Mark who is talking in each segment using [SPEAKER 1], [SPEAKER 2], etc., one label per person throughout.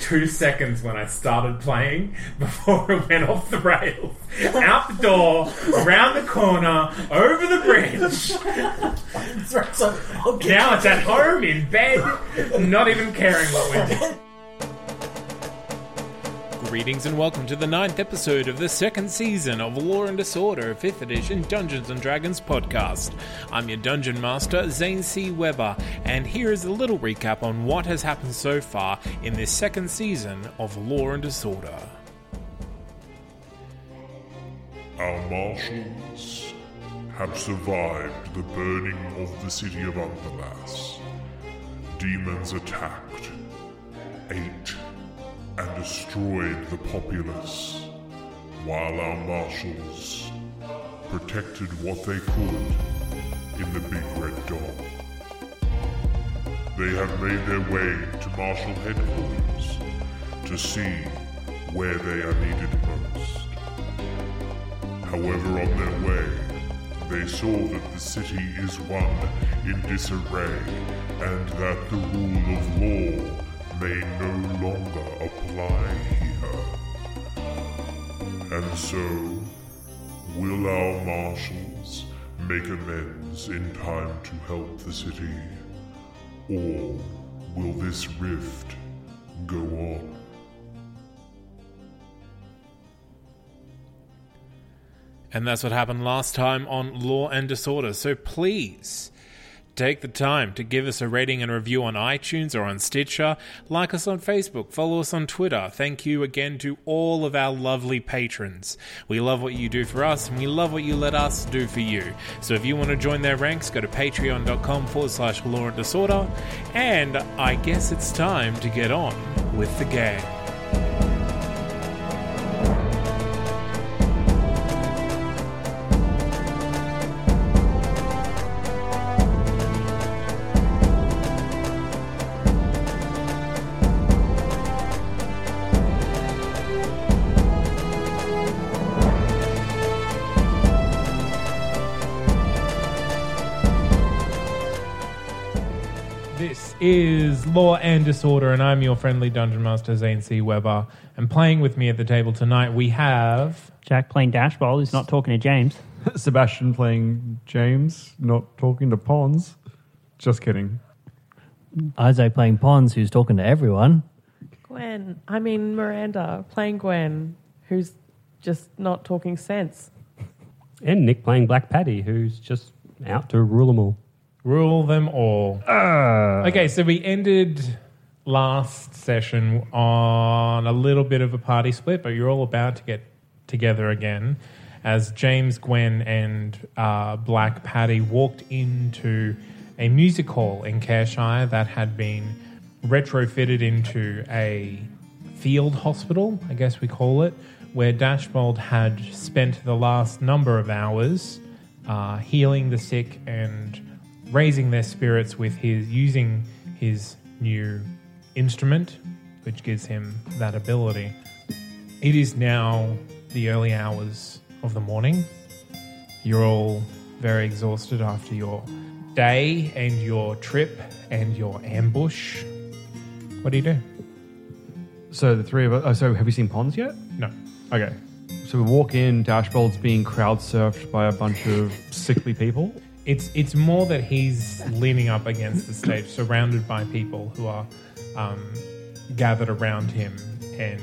[SPEAKER 1] Two seconds when I started playing before it went off the rails. Out the door, around the corner, over the bridge. Now it's at home in bed, not even caring what we're doing.
[SPEAKER 2] Greetings and welcome to the ninth episode of the second season of Law and Disorder, 5th edition Dungeons and Dragons podcast. I'm your dungeon master, Zane C. Weber, and here is a little recap on what has happened so far in this second season of Law and Disorder.
[SPEAKER 3] Our marshals have survived the burning of the city of Underlass. Demons attacked, ate, and destroyed the populace, while our marshals protected what they could in the Big Red Dog. They have made their way to Marshal Headquarters to see where they are needed most. However, on their way, they saw that the city is one in disarray, and that the rule of law may no longer apply here. And so, will our marshals make amends in time to help the city? Or will this rift go on?
[SPEAKER 2] And that's what happened last time on Law and Disorder, so please. Take the time to give us a rating and review on iTunes or on Stitcher. Like us on Facebook. Follow us on Twitter. Thank you again to all of our lovely patrons. We love what you do for us and we love what you let us do for you. So if you want to join their ranks, go to patreon.com forward slash law and disorder. And I guess it's time to get on with the game. This is Law and Disorder, and I'm your friendly dungeon master, Zane C. Weber. And playing with me at the table tonight, we have.
[SPEAKER 4] Jack playing dash ball who's not talking to James.
[SPEAKER 5] Sebastian playing James, not talking to Pons. Just kidding.
[SPEAKER 6] Isaac playing Pons, who's talking to everyone.
[SPEAKER 7] Gwen, I mean Miranda playing Gwen, who's just not talking sense.
[SPEAKER 8] And Nick playing Black Paddy, who's just out to rule them all.
[SPEAKER 2] Rule them all. Okay, so we ended last session on a little bit of a party split, but you're all about to get together again as James, Gwen, and uh, Black Paddy walked into a music hall in Careshire that had been retrofitted into a field hospital, I guess we call it, where Dashbold had spent the last number of hours uh, healing the sick and raising their spirits with his using his new instrument, which gives him that ability. It is now the early hours of the morning. You're all very exhausted after your
[SPEAKER 3] day and your trip and your ambush. What do you do?
[SPEAKER 9] So the three of us. Oh, so have we seen Ponds yet?
[SPEAKER 3] No.
[SPEAKER 9] Okay. So we walk in. Dashbold's being crowd surfed by a bunch of sickly people.
[SPEAKER 3] It's it's more that he's leaning up against the stage, surrounded by people who are um, gathered around him, and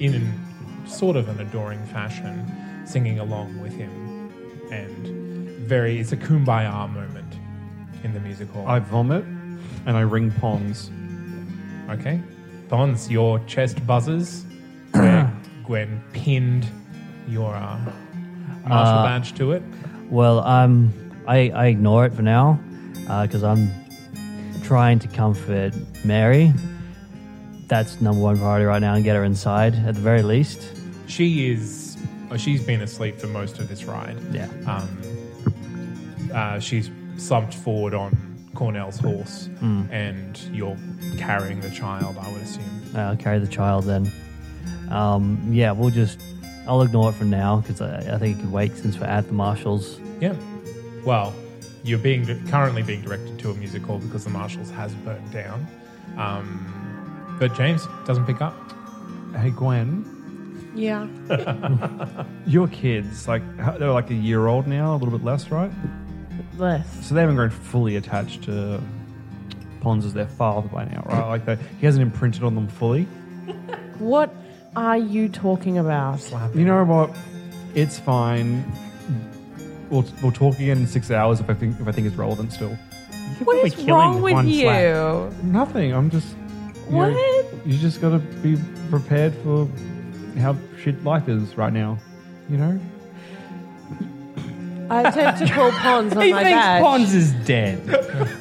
[SPEAKER 3] in an, sort of an adoring fashion, singing along with him, and very it's a kumbaya moment in the music hall.
[SPEAKER 9] I vomit, and I ring Ponds.
[SPEAKER 3] Okay. Thons, your chest buzzes. Where Gwen pinned your uh, martial
[SPEAKER 2] Uh,
[SPEAKER 3] badge to it.
[SPEAKER 2] Well, um, I, I ignore it for now because I'm trying to comfort Mary. That's number one priority right now and get her inside at the very least.
[SPEAKER 3] She is. oh, She's been asleep for most of this ride.
[SPEAKER 2] Yeah.
[SPEAKER 3] Um, uh, she's slumped forward on Cornell's horse,
[SPEAKER 2] Mm.
[SPEAKER 3] and you're carrying the child. I would assume.
[SPEAKER 2] Uh, I'll carry the child then. Um, yeah, we'll just. I'll ignore it for now because I, I think it can wait since we're at the marshals.
[SPEAKER 3] Yeah. Well, you're being currently being directed to a music hall because the Marshalls has burnt down. Um, but James doesn't pick up.
[SPEAKER 9] Hey Gwen,
[SPEAKER 10] Yeah.
[SPEAKER 9] your kids like how- they're like a year old now, a little bit less, right?
[SPEAKER 10] Less.
[SPEAKER 9] So they haven't grown fully attached to Pons as their father by now, right? Like they, he hasn't imprinted on them fully.
[SPEAKER 10] What are you talking about?
[SPEAKER 9] You know what? It's fine. We'll, we'll talk again in six hours if I think if I think it's relevant still.
[SPEAKER 10] What is wrong with you?
[SPEAKER 9] Nothing. I'm just. you know, you just got to be prepared for how shit life is right now. You know.
[SPEAKER 10] I attempt to call Pons on
[SPEAKER 2] He
[SPEAKER 10] my
[SPEAKER 2] thinks
[SPEAKER 10] badge.
[SPEAKER 2] Pons
[SPEAKER 9] is dead.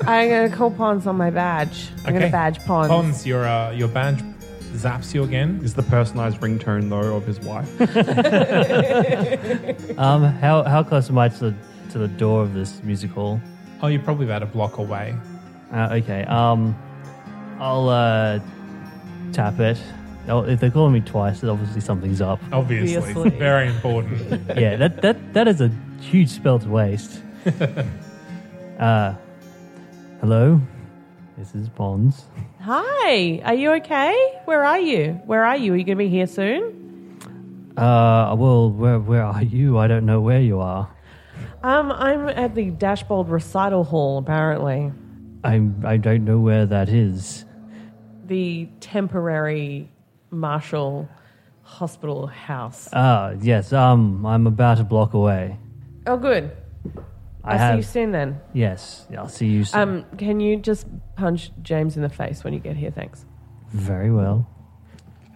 [SPEAKER 10] I'm going to call Pons on my badge. I'm going to badge Pons.
[SPEAKER 3] Pons, your uh, your badge zaps you again.
[SPEAKER 9] Is the personalized ringtone though of his wife?
[SPEAKER 2] Um, how, how close am I to the, to the door of this music hall?
[SPEAKER 3] Oh, you're probably about a block away.
[SPEAKER 2] Uh, okay. Um, I'll uh, tap it. Oh, if they're calling me twice, then obviously something's up.
[SPEAKER 3] Obviously,
[SPEAKER 2] Obviously.
[SPEAKER 3] very important.
[SPEAKER 2] yeah, that, that that is a huge spell to waste. uh, hello, this is Bonds.
[SPEAKER 10] Hi. Are you okay? Where are you? Where are you? Are you going to be here soon?
[SPEAKER 2] Uh, well, where where are you? I don't know where you are.
[SPEAKER 10] Um, I'm at the Dashbold Recital Hall, apparently.
[SPEAKER 2] I I don't know where that is.
[SPEAKER 10] The temporary Marshall Hospital House.
[SPEAKER 2] Ah, yes. Um, I'm about a block away.
[SPEAKER 10] Oh, good.
[SPEAKER 2] I
[SPEAKER 10] I'll see you
[SPEAKER 2] have-
[SPEAKER 10] soon then.
[SPEAKER 2] Yes, I'll see you soon.
[SPEAKER 10] Um, can you just punch James in the face when you get here? Thanks.
[SPEAKER 2] Very well.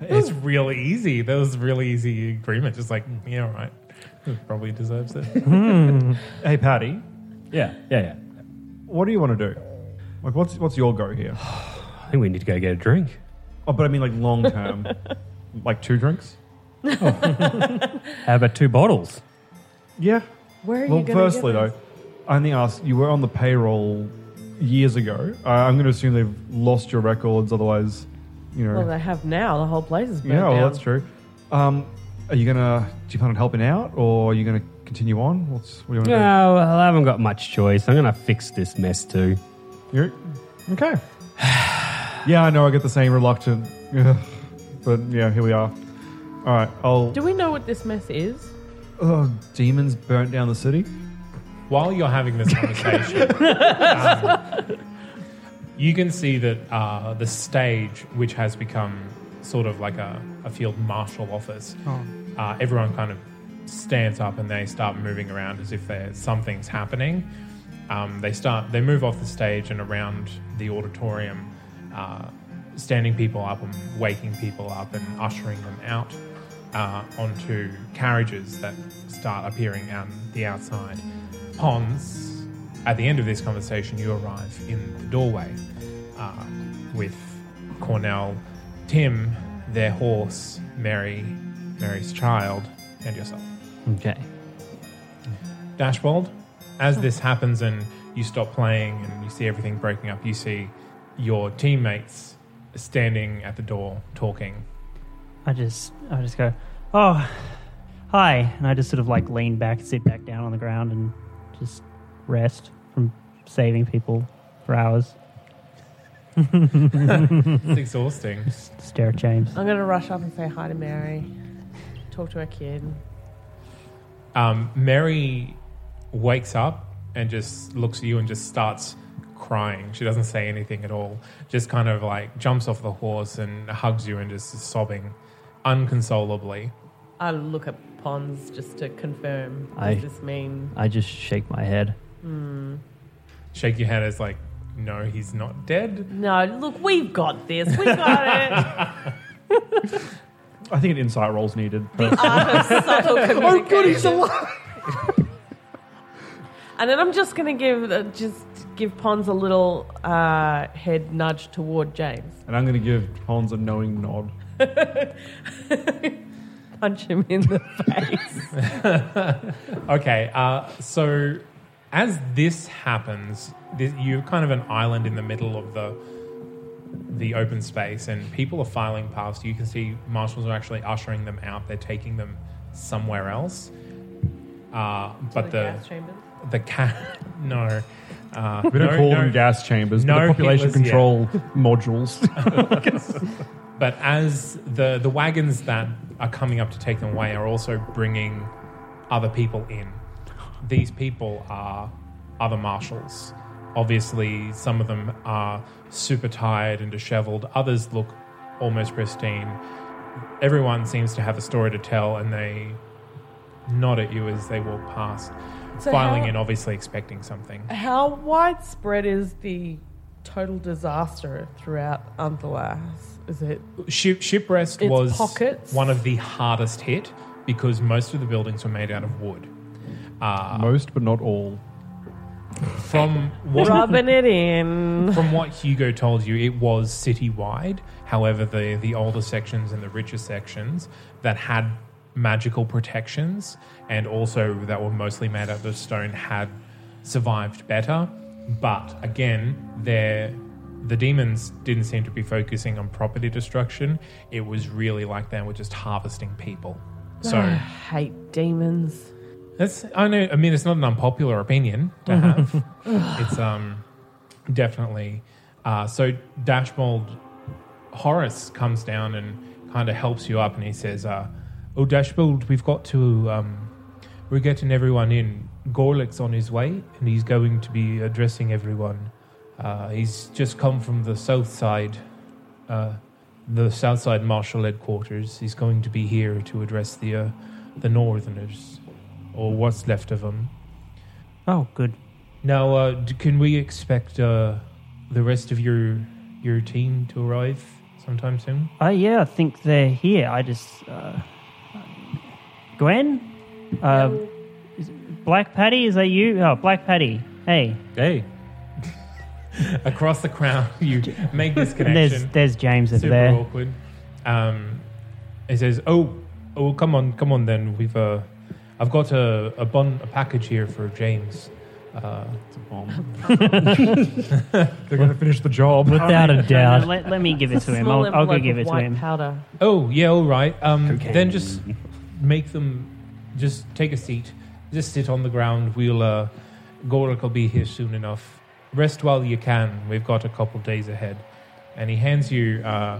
[SPEAKER 3] It's really easy. That was a really easy agreement. Just like, mm, yeah, all right. Probably deserves it.
[SPEAKER 9] Hmm. hey Patty,
[SPEAKER 11] Yeah, yeah, yeah.
[SPEAKER 9] what do you want to do? Like, what's what's your go here?
[SPEAKER 11] I think we need to go get a drink.
[SPEAKER 9] Oh, but I mean, like long term, like two drinks.
[SPEAKER 11] Oh. How about two bottles?
[SPEAKER 9] Yeah.
[SPEAKER 10] Where are
[SPEAKER 9] well,
[SPEAKER 10] you going
[SPEAKER 9] firstly though, I only asked you were on the payroll years ago. Uh, I'm going to assume they've lost your records, otherwise, you know.
[SPEAKER 10] Well, they have now. The whole place is burnt
[SPEAKER 9] yeah, well,
[SPEAKER 10] down.
[SPEAKER 9] that's true. Um, are you gonna? Do you plan on helping out, or are you gonna continue on? What's what do you want to
[SPEAKER 11] No, I haven't got much choice. I'm going to fix this mess too.
[SPEAKER 9] You're, okay. yeah, I know. I get the same reluctant, Ugh. but yeah, here we are. All right, I'll.
[SPEAKER 10] Do we know what this mess is?
[SPEAKER 9] Oh, demons burnt down the city.
[SPEAKER 3] While you're having this conversation, um, you can see that uh, the stage, which has become sort of like a, a field marshal office,
[SPEAKER 9] Oh.
[SPEAKER 3] uh, everyone kind of stands up and they start moving around as if there's something's happening. Um, they start they move off the stage and around the auditorium, uh, standing people up and waking people up and ushering them out uh, onto carriages that start appearing on the outside. Pons, at the end of this conversation, you arrive in the doorway uh, with Cornell, Tim, their horse, Mary, Mary's child, and yourself.
[SPEAKER 2] Okay.
[SPEAKER 3] Dashbold, as this happens and you stop playing and you see everything breaking up, you see your teammates standing at the door talking.
[SPEAKER 12] I just I just go, oh, hi, and I just sort of like lean back, sit back down on the ground, and just rest from
[SPEAKER 13] saving people for hours.
[SPEAKER 3] it's exhausting.
[SPEAKER 13] Just stare at James.
[SPEAKER 10] I'm going to rush up and say hi to Mary, talk to her kid.
[SPEAKER 3] Um, Mary wakes up and just looks at you and just starts crying. She doesn't say anything at all. Just kind of like jumps off the horse and hugs you and just is sobbing unconsolably.
[SPEAKER 10] I look at Pons just to confirm. Does
[SPEAKER 6] I-
[SPEAKER 10] this mean?
[SPEAKER 6] I just shake my head.
[SPEAKER 10] Hmm.
[SPEAKER 3] Shake your head as like, no, he's not dead.
[SPEAKER 10] No, look, we've got this. We got
[SPEAKER 2] I think an insight roll's needed.
[SPEAKER 10] it. Art of subtle
[SPEAKER 2] oh, good, he's
[SPEAKER 10] communication.
[SPEAKER 2] alive.
[SPEAKER 10] And then I'm just gonna give uh, just give Pons a little uh, head nudge toward James.
[SPEAKER 2] And I'm going to give Hans a knowing nod.
[SPEAKER 10] Punch him in the face.
[SPEAKER 3] okay, uh, so as this happens, this, you're kind of an island in the middle of the the open space, and people are filing past. You can see marshals are actually ushering them out. They're taking them somewhere else. Uh,
[SPEAKER 10] the
[SPEAKER 3] but the
[SPEAKER 10] gas chambers?
[SPEAKER 3] the ca- no. Uh,
[SPEAKER 2] We don't
[SPEAKER 3] no-
[SPEAKER 2] call
[SPEAKER 3] no-
[SPEAKER 2] them gas chambers, but
[SPEAKER 3] no
[SPEAKER 2] they're population
[SPEAKER 3] Hitlers yet.
[SPEAKER 2] control modules.
[SPEAKER 3] but as the the wagons that are coming up to take them away are also bringing other people in. These people are other marshals. Obviously, some of them are super tired and disheveled. Others look almost pristine. Everyone seems to have a story to tell, and they nod at you as they walk past,
[SPEAKER 10] So
[SPEAKER 3] filing
[SPEAKER 10] how-
[SPEAKER 3] in, obviously expecting something.
[SPEAKER 10] How widespread is the total disaster throughout Anthalas? Is it?
[SPEAKER 3] Ship, shipwreck
[SPEAKER 10] Its
[SPEAKER 3] was
[SPEAKER 10] pockets.
[SPEAKER 3] one of the hardest hit because most of the buildings were made out of wood. Uh,
[SPEAKER 2] Most, but not all.
[SPEAKER 3] From what
[SPEAKER 10] Rubbing it in.
[SPEAKER 3] From what Hugo told you, it was citywide. However, the the older sections and the richer sections that had magical protections and also that were mostly made out of stone had survived better. But again, their the demons didn't seem to be focusing on property destruction. It was really like they were just harvesting people.
[SPEAKER 10] I
[SPEAKER 3] So
[SPEAKER 10] hate demons.
[SPEAKER 3] that's I know. I mean, it's not an unpopular opinion to have. it's um definitely. Uh, so Dashbold Horace comes down and kind of helps you up, and he says, uh, "Oh, Dashbold, we've got to. Um, we're getting everyone in. Gorlick's on his way, and he's going to be addressing everyone. Uh, he's just come from the south side." Uh, the Southside Marshal headquarters. He's going to be here to address the uh, the Northerners, or what's left of them.
[SPEAKER 13] Oh, good.
[SPEAKER 3] Now, uh, d- can we expect uh, the rest of your your team to arrive sometime soon?
[SPEAKER 13] Oh, yeah, I think they're here. I just. Uh, Gwen? Uh, is it Black Patty, is that you? Oh, Black Patty. Hey.
[SPEAKER 11] Hey.
[SPEAKER 3] Across the crowd, you make this
[SPEAKER 13] And there's-
[SPEAKER 3] connection.
[SPEAKER 13] there's James over
[SPEAKER 3] Super
[SPEAKER 13] there.
[SPEAKER 3] awkward. Um, he says, "Oh, oh, come on, come on, then we've uh, I've got a a, bun, a package here for James." Uh, it's a bomb.
[SPEAKER 2] They're going to finish the job.
[SPEAKER 13] Without a doubt.
[SPEAKER 10] no,
[SPEAKER 13] let, let me give it
[SPEAKER 10] It's a
[SPEAKER 13] to him.
[SPEAKER 10] small
[SPEAKER 13] I'll, I'll go
[SPEAKER 10] envelope
[SPEAKER 13] give
[SPEAKER 10] with
[SPEAKER 13] it to
[SPEAKER 10] white
[SPEAKER 13] him.
[SPEAKER 10] powder.
[SPEAKER 3] Oh yeah, all right. Um,
[SPEAKER 13] Cocaine.
[SPEAKER 3] then just make them just take a seat. Just sit on the ground. We'll uh, Gorik will be here soon enough. Rest while you can. We've got a couple days ahead. And he hands you uh,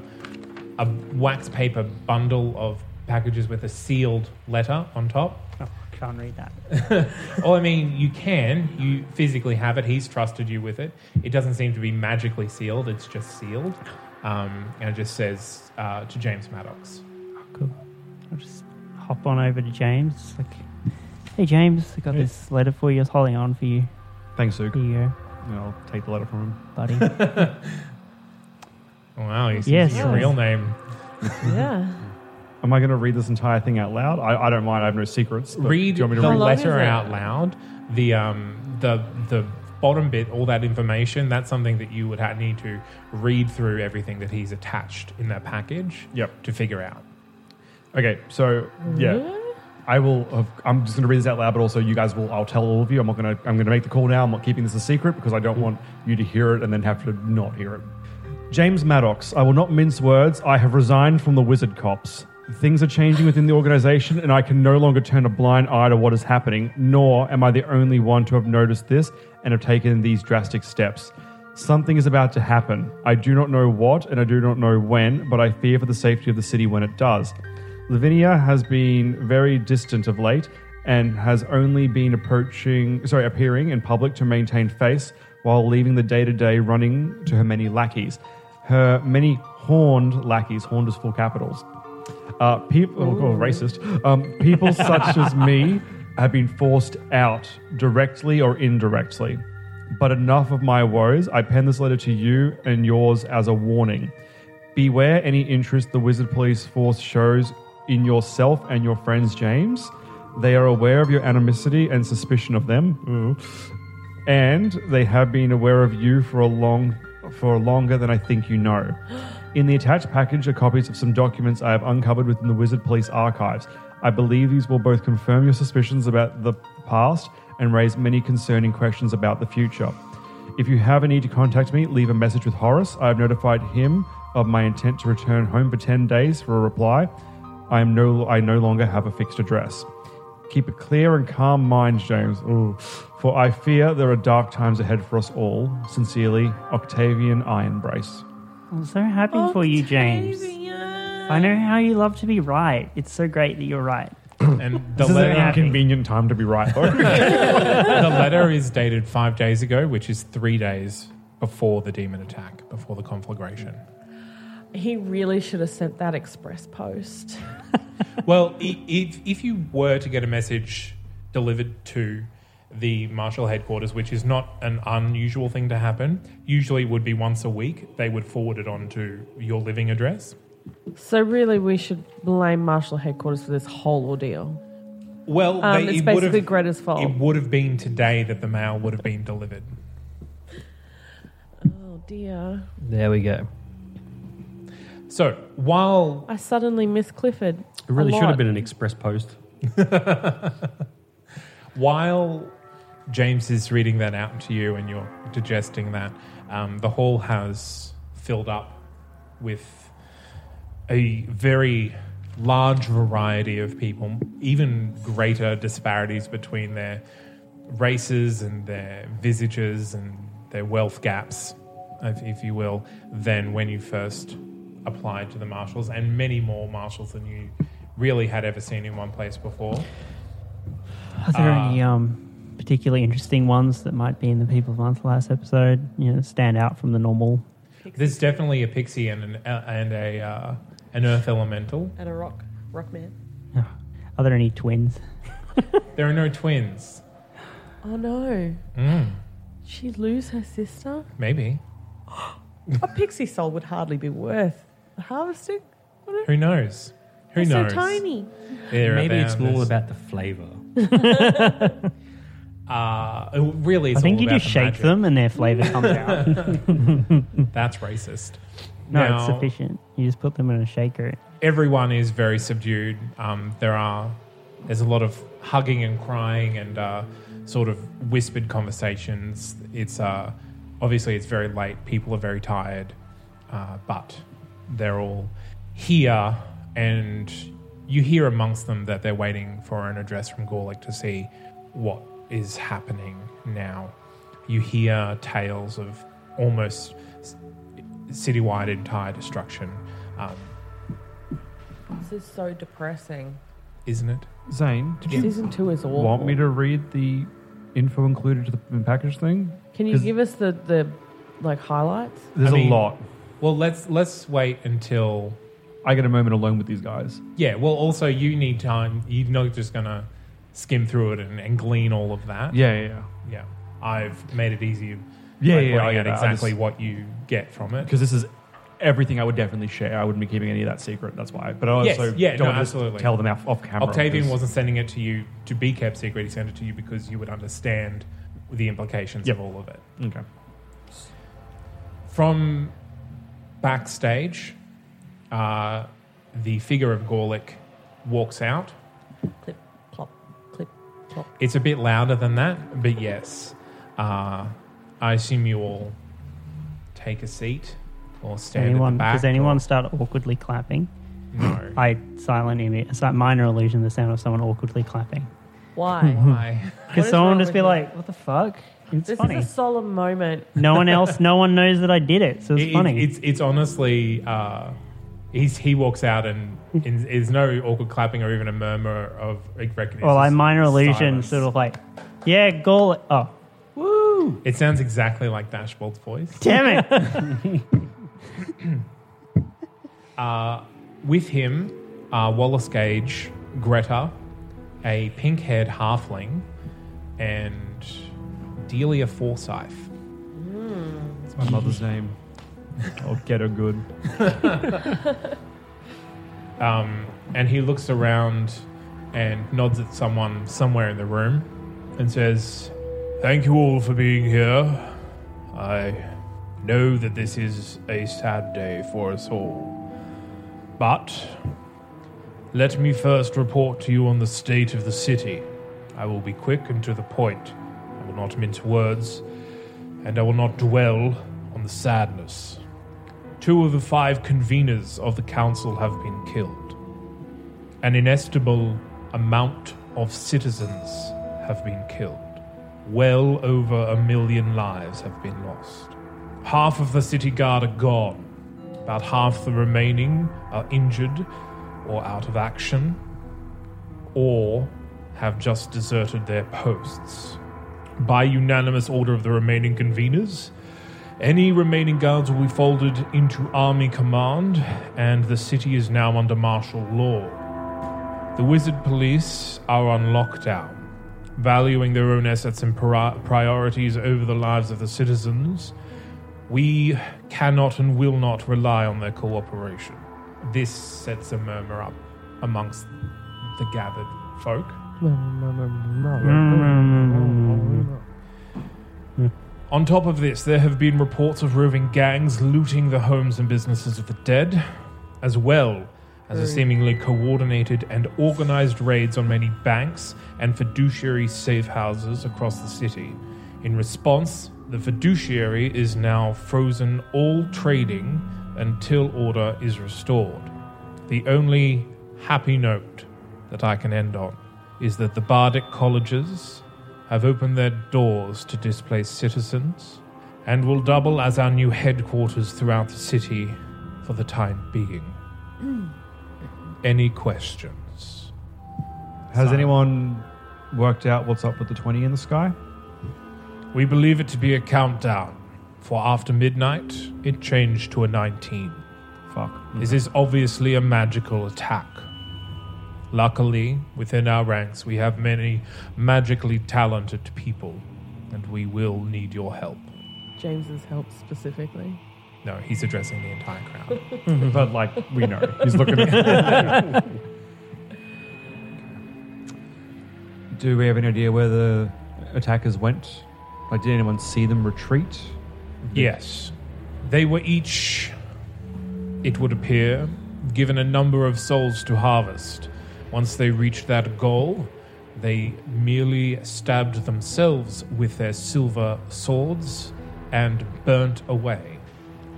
[SPEAKER 3] a wax paper bundle of packages with a sealed letter on top.
[SPEAKER 13] Oh, I can't read that.
[SPEAKER 3] Oh, I mean, you can. You physically have it. He's trusted you with it. It doesn't seem to be magically sealed. It's just sealed. Um, and it just says uh, to James Maddox.
[SPEAKER 13] Oh, Cool. I'll just hop on over to James. It's like, hey, James, I got this letter for you. I was holding on for you.
[SPEAKER 2] Thanks, Luke.
[SPEAKER 13] Here you
[SPEAKER 2] Yeah, I'll take the letter from him.
[SPEAKER 13] go, buddy.
[SPEAKER 3] Wow, he sees
[SPEAKER 2] Yes.
[SPEAKER 3] your real name.
[SPEAKER 10] Yeah.
[SPEAKER 2] Am I going to read this entire thing out loud? I, I don't mind. I have no secrets. but
[SPEAKER 3] Read
[SPEAKER 2] do you
[SPEAKER 3] the
[SPEAKER 2] want me to read
[SPEAKER 3] letter out loud. The um the the bottom bit, all that information. That's something that you would ha- need to read through everything that he's attached in that package. Yep. To figure out.
[SPEAKER 2] Okay, so yeah, I will. Have, I'm just going to read this out loud, but also you guys will. I'll tell all of you. I'm not going to. I'm going to make the call now. I'm not keeping this a secret because I don't want you to hear it and then have to not hear it. James Maddox, I will not mince words. I have resigned from the Wizard Cops. Things are changing within the organization, and I can no longer turn a blind eye to what is happening, nor am I the only one to have noticed this and have taken these drastic steps. Something is about to happen. I do not know what, and I do not know when, but I fear for the safety of the city when it does. Lavinia has been very distant of late and has only been approaching, sorry, appearing in public to maintain face while leaving the day-to-day running to her many lackeys. Her many horned lackeys, horned is full capitals. Uh, people, oh, God, racist. Um, people such as me have been forced out directly or indirectly. But enough of my woes. I pen this letter to you and yours as a warning. Beware any interest the Wizard Police Force shows in yourself and your friends, James. They are aware of your animosity and suspicion of them, Ooh. and they have been aware of you for a long, for longer than I think you know. In the attached package are copies of some documents I have uncovered within the Wizard Police archives. I believe these will both confirm your suspicions about the past and raise many concerning questions about the future. If you have a need to contact me, leave a message with Horace. I have notified him of my intent to return home for 10 days for a reply. I am no I no longer have a fixed address. Keep a clear and calm mind, James. Ooh. For I fear there are dark times ahead for us all. Sincerely, Octavian Ironbrace.
[SPEAKER 4] I'm so happy for you, James. I know how you love to be right. It's so great that you're right.
[SPEAKER 3] And the
[SPEAKER 2] this is an
[SPEAKER 3] letter,
[SPEAKER 2] inconvenient time to be right, though.
[SPEAKER 3] the letter is dated five days ago, which is three days before the demon attack, before the conflagration.
[SPEAKER 10] He really should have sent that express post.
[SPEAKER 3] Well, i- if, if you were to get a message delivered to the Marshall headquarters, which is not an unusual thing to happen, usually it would be once a week, they would forward it on to your living address.
[SPEAKER 10] So really, we should blame Marshall headquarters for this whole ordeal.
[SPEAKER 3] Well,
[SPEAKER 10] Um,
[SPEAKER 3] they,
[SPEAKER 10] it's
[SPEAKER 3] it would
[SPEAKER 10] basically
[SPEAKER 3] have,
[SPEAKER 10] Greta's fault.
[SPEAKER 3] It would have been today that the mail would have been delivered.
[SPEAKER 10] Oh dear!
[SPEAKER 6] There we go.
[SPEAKER 3] So while
[SPEAKER 10] I suddenly miss Clifford.
[SPEAKER 11] It really
[SPEAKER 10] a
[SPEAKER 11] should have
[SPEAKER 10] lot.
[SPEAKER 11] been an express post.
[SPEAKER 3] While James is reading that out to you and you're digesting that, um, the hall has filled up with a very large variety of people, even greater disparities between their races and their visages and their wealth gaps, if, if you will, than when you first applied to the marshals, and many more marshals than you really had ever seen in one place before.
[SPEAKER 4] Are there
[SPEAKER 3] Uh,
[SPEAKER 4] any
[SPEAKER 2] Ah.
[SPEAKER 4] um, particularly interesting ones that might be in the People of Month last episode? You know, stand out from the normal.
[SPEAKER 3] There's definitely a pixie and an, and a uh, an earth elemental.
[SPEAKER 10] And a rock, rock man.
[SPEAKER 4] Are there any twins?
[SPEAKER 3] There are no twins.
[SPEAKER 10] Oh no!
[SPEAKER 3] Mm,
[SPEAKER 10] She lose her sister.
[SPEAKER 3] maybe.
[SPEAKER 10] A pixie soul would hardly be worth harvesting.
[SPEAKER 3] Who knows? Who
[SPEAKER 10] They're
[SPEAKER 3] knows?
[SPEAKER 10] So tiny.
[SPEAKER 3] They're
[SPEAKER 11] Maybe it's
[SPEAKER 3] about
[SPEAKER 11] all
[SPEAKER 3] this-
[SPEAKER 11] about the flavor.
[SPEAKER 3] Uh, it really, is
[SPEAKER 4] I think
[SPEAKER 3] all
[SPEAKER 4] you
[SPEAKER 3] about
[SPEAKER 4] just
[SPEAKER 3] the
[SPEAKER 4] shake
[SPEAKER 3] magic.
[SPEAKER 4] them and their flavor comes out. no,
[SPEAKER 3] That's racist.
[SPEAKER 4] it's
[SPEAKER 3] Now-
[SPEAKER 4] sufficient. You just put them in a shaker.
[SPEAKER 3] everyone is very subdued. Um, there are there's a lot of hugging and crying and uh, sort of whispered conversations. It's uh, obviously it's very late. People are very tired, uh, but they're all here, and you hear amongst them that they're waiting for an address from Gorlick to see what is happening now. You hear tales of almost s- citywide entire destruction. Um,
[SPEAKER 10] This is so depressing.
[SPEAKER 3] isn't it?
[SPEAKER 2] Zane, did you
[SPEAKER 10] Season two is awful.
[SPEAKER 2] want me to read the info included to the in package thing?
[SPEAKER 10] Can you
[SPEAKER 2] 'Cause
[SPEAKER 10] give us the the like highlights?
[SPEAKER 2] There's
[SPEAKER 3] I mean-
[SPEAKER 2] a lot.
[SPEAKER 3] Well, let's let's wait until
[SPEAKER 2] I get a moment alone with these guys.
[SPEAKER 3] yeah. Well, also you need time. You're not just gonna skim through it and, and glean all of that.
[SPEAKER 2] Yeah, yeah, yeah.
[SPEAKER 3] yeah. I've made it easier.
[SPEAKER 2] Yeah,
[SPEAKER 3] by
[SPEAKER 2] yeah, I
[SPEAKER 3] pointing
[SPEAKER 2] get
[SPEAKER 3] out
[SPEAKER 2] that. I
[SPEAKER 3] exactly
[SPEAKER 2] just-
[SPEAKER 3] what you get from it.
[SPEAKER 2] Because this is everything I would definitely share. I wouldn't be keeping any of that secret. That's why. But I also
[SPEAKER 3] Yes, yeah,
[SPEAKER 2] don't
[SPEAKER 3] no,
[SPEAKER 2] want to just
[SPEAKER 3] absolutely.
[SPEAKER 2] tell them off, off camera.
[SPEAKER 3] Octavian
[SPEAKER 2] because-
[SPEAKER 3] wasn't sending it to you to be kept secret. He sent it to you because you would understand the implications
[SPEAKER 2] Yep.
[SPEAKER 3] of all of it.
[SPEAKER 2] Okay.
[SPEAKER 3] From backstage, uh, the figure of Gorlick walks out.
[SPEAKER 10] Clip, plop, clip, plop.
[SPEAKER 3] It's a bit louder than that, but yes. Uh, I assume you all take a seat or stand at
[SPEAKER 4] Anyone?
[SPEAKER 3] the back.
[SPEAKER 4] Does anyone start awkwardly clapping?
[SPEAKER 3] No.
[SPEAKER 13] I silent image, minor illusion, the sound of someone awkwardly clapping.
[SPEAKER 10] Why?
[SPEAKER 3] Why?
[SPEAKER 10] What is
[SPEAKER 13] Because someone
[SPEAKER 10] wrong
[SPEAKER 13] just be
[SPEAKER 10] with
[SPEAKER 13] like, "What the fuck?" It's
[SPEAKER 10] this
[SPEAKER 13] funny.
[SPEAKER 10] is a solemn moment.
[SPEAKER 13] no one else, no one knows that I did it, so it's
[SPEAKER 3] It- it-
[SPEAKER 13] funny.
[SPEAKER 3] It's it's honestly, uh, he's he walks out and in, there's no awkward clapping or even a murmur of like, recognition.
[SPEAKER 13] well, I minor illusion,
[SPEAKER 3] Silence.
[SPEAKER 13] sort of like, yeah, goal. Oh, woo!
[SPEAKER 3] It sounds exactly like Dashbolt's voice.
[SPEAKER 13] Damn it!
[SPEAKER 3] Uh, with him are Wallace Gage, Greta, a pink haired halfling, and Delia Forsyth.
[SPEAKER 2] It's my mother's name. I'll get her good.
[SPEAKER 3] Um, and he looks around and nods at someone somewhere in the room and says, Thank you all for being here. I know that this is a sad day for us all. But let me first report to you on the state of the city. I will be quick and to the point. I will not mince words, and I will not dwell on the sadness. Two of the five conveners of the council have been killed. An inestimable amount of citizens have been killed. Well over a million lives have been lost. Half of the city guard are gone. About half the remaining are injured or out of action or have just deserted their posts. By unanimous order of the remaining conveners, any remaining guards will be folded into army command, and the city is now under martial law. The wizard police are on lockdown, valuing their own assets and pri- priorities over the lives of the citizens. We cannot and will not rely on their cooperation. This sets a murmur up amongst the gathered folk. On top of this, there have been reports of roving gangs looting the homes and businesses of the dead, as well as a
[SPEAKER 14] Very-
[SPEAKER 3] seemingly coordinated and organized raids on many banks and fiduciary safe houses across the city. In response, the fiduciary is now frozen all trading until order is restored. The only happy note that I can end on is that the bardic colleges have opened their doors to displaced citizens and will double as our new headquarters throughout the city for the time being. Any questions?
[SPEAKER 2] Has
[SPEAKER 3] Silence.
[SPEAKER 2] anyone worked out what's up with the 20 in the sky?
[SPEAKER 3] We believe it to be a countdown, for after midnight, it changed to a 19.
[SPEAKER 2] Fuck.
[SPEAKER 3] This is obviously a magical attack. Luckily, within our ranks, we have many magically talented people, and we will need your help.
[SPEAKER 10] James's help specifically.
[SPEAKER 3] No, he's addressing the entire crowd.
[SPEAKER 2] Mhm. But, like, we know. He's looking at- Do we have any idea where the attackers went? Like, did anyone see them retreat?
[SPEAKER 3] Yes. They were each, it would appear, given a number of souls to harvest. Once they reached that goal, they merely stabbed themselves with their silver swords and burnt away,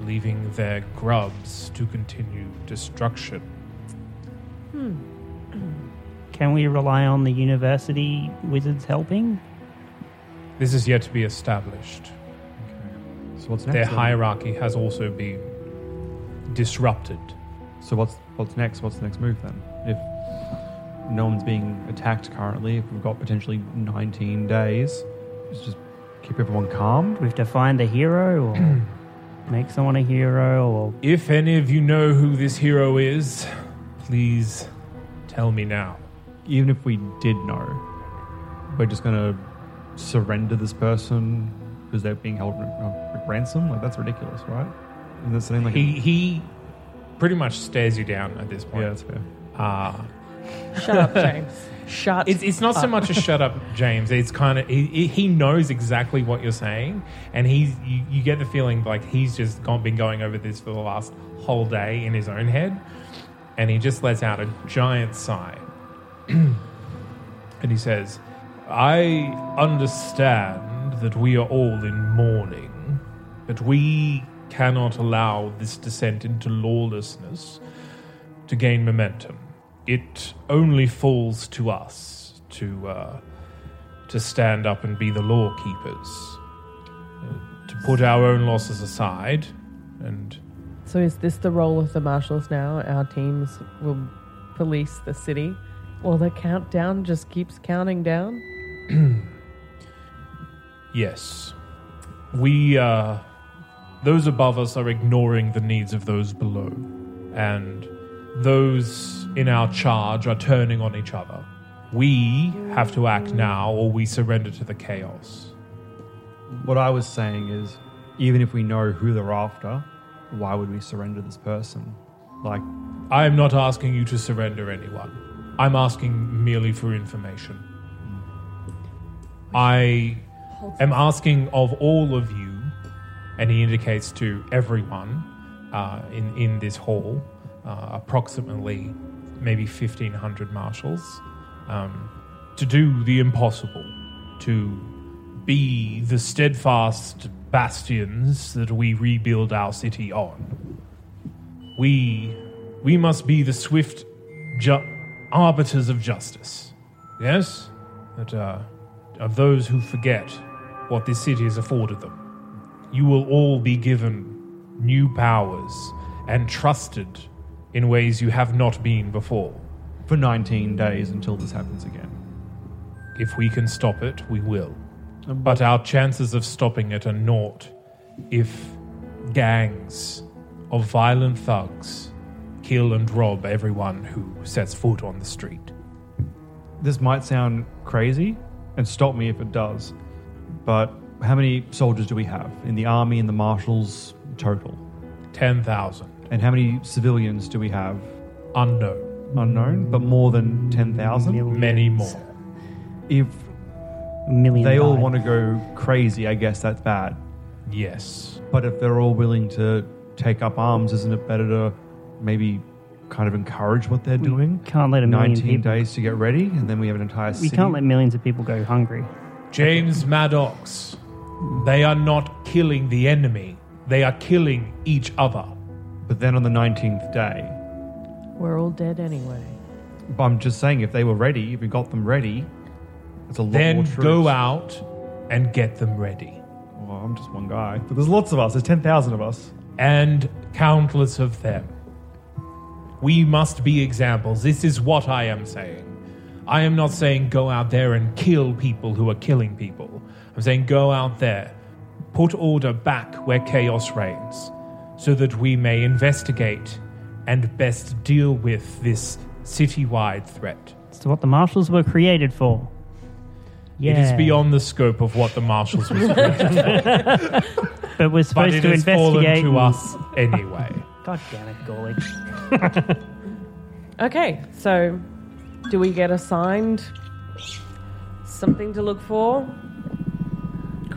[SPEAKER 3] leaving their grubs to continue destruction.
[SPEAKER 13] Hmm. Can we rely on the university wizards helping?
[SPEAKER 3] This is yet to be established.
[SPEAKER 2] So what's
[SPEAKER 3] Their
[SPEAKER 2] next then?
[SPEAKER 3] hierarchy has also been disrupted.
[SPEAKER 2] So what's what's next? What's the next move then? If no one's being attacked currently, if we've got potentially 19 days, it's just keep everyone calm.
[SPEAKER 13] We have to find the hero or make someone a hero or
[SPEAKER 3] If any of you know who this hero is, please tell me now.
[SPEAKER 2] Even if we did know, we're just gonna surrender this person because they're being held r- r- ransom. Like that's ridiculous, right? Isn't that something like a-
[SPEAKER 3] He he pretty much stares you down at this point. Yeah, that's
[SPEAKER 2] fair.
[SPEAKER 3] Ah.
[SPEAKER 10] Shut up, James. Shut.
[SPEAKER 3] It's, it's not so
[SPEAKER 10] up.
[SPEAKER 3] much a shut up, James. It's kind of he, he- he knows exactly what you're saying, and he's you, you get the feeling like he's just gone, been going over this for the last whole day in his own head, and he just lets out a giant sigh, and he says, "I understand that we are all in mourning, but we cannot allow this descent into lawlessness to gain momentum. It only falls to us to uh, to stand up and be the law keepers, uh, to put our own losses aside, and
[SPEAKER 10] So is this the role of the marshals now? Our teams will police the city, while the countdown just keeps counting down.
[SPEAKER 3] Yes. We, uh, those above us are ignoring the needs of those below. And those in our charge are turning on each other. We have to act now or we surrender to the chaos.
[SPEAKER 2] What I was saying is, even if we know who they're after, why would we surrender this person? Like,
[SPEAKER 3] I am not asking you to surrender anyone. I'm asking merely for information.
[SPEAKER 2] Hmm.
[SPEAKER 3] I am asking of all of you, and he indicates to everyone uh, in, in this hall, uh, approximately maybe 1,500 marshals, um, to do the impossible, to be the steadfast bastions that we rebuild our city on. We we must be the swift ju- arbiters of justice. Yes, that uh, of those who forget what this city has afforded them, you will all be given new powers and trusted in ways you have not been before.
[SPEAKER 2] For 19 days until this happens again.
[SPEAKER 3] If we can stop it, we will. But our chances of stopping it are naught if gangs of violent thugs kill and rob everyone who sets foot on the street.
[SPEAKER 2] this might sound crazy, and stop me if it does, but how many soldiers do we have in the army and the marshals total?
[SPEAKER 3] 10,000.
[SPEAKER 2] And how many civilians do we have?
[SPEAKER 3] Unknown.
[SPEAKER 2] Unknown, but more than 10,000?
[SPEAKER 3] Many more.
[SPEAKER 2] If
[SPEAKER 6] million
[SPEAKER 2] they all
[SPEAKER 6] died.
[SPEAKER 2] want to go crazy, I guess that's bad.
[SPEAKER 3] Yes.
[SPEAKER 2] But if they're all willing to take up arms, isn't it better to maybe kind of encourage what they're
[SPEAKER 6] We
[SPEAKER 2] doing?
[SPEAKER 6] can't let a million
[SPEAKER 2] 19
[SPEAKER 6] Hmm. people-
[SPEAKER 2] days to get ready, and then we have an entire
[SPEAKER 6] We
[SPEAKER 2] city.
[SPEAKER 6] can't let millions of people go hungry.
[SPEAKER 3] James Maddox, they are not killing the enemy, they are killing each other.
[SPEAKER 2] But then on the 19th day,
[SPEAKER 10] We're all dead anyway.
[SPEAKER 2] But I'm just saying, if they were ready, if we got them ready, it's a lot
[SPEAKER 3] Then
[SPEAKER 2] more
[SPEAKER 3] go
[SPEAKER 2] troops.
[SPEAKER 3] out and get them ready.
[SPEAKER 2] Well, I'm just one guy, but there's lots of us. There's ten thousand of us.
[SPEAKER 3] and countless of them. We must be examples. This is what I am saying. I am not saying go out there and kill people who are killing people. I'm saying go out there, put order back where chaos reigns, so that we may investigate and best deal with this citywide threat.
[SPEAKER 6] It's what the marshals were created for. Yeah.
[SPEAKER 3] It is beyond the scope of what the marshals was created for.
[SPEAKER 6] But we're supposed
[SPEAKER 3] it
[SPEAKER 6] to
[SPEAKER 3] has
[SPEAKER 6] investigate
[SPEAKER 3] Fallen
[SPEAKER 6] and-
[SPEAKER 3] to us anyway.
[SPEAKER 6] God damn it, Gorlick.
[SPEAKER 10] Okay, so do we get assigned something to look for?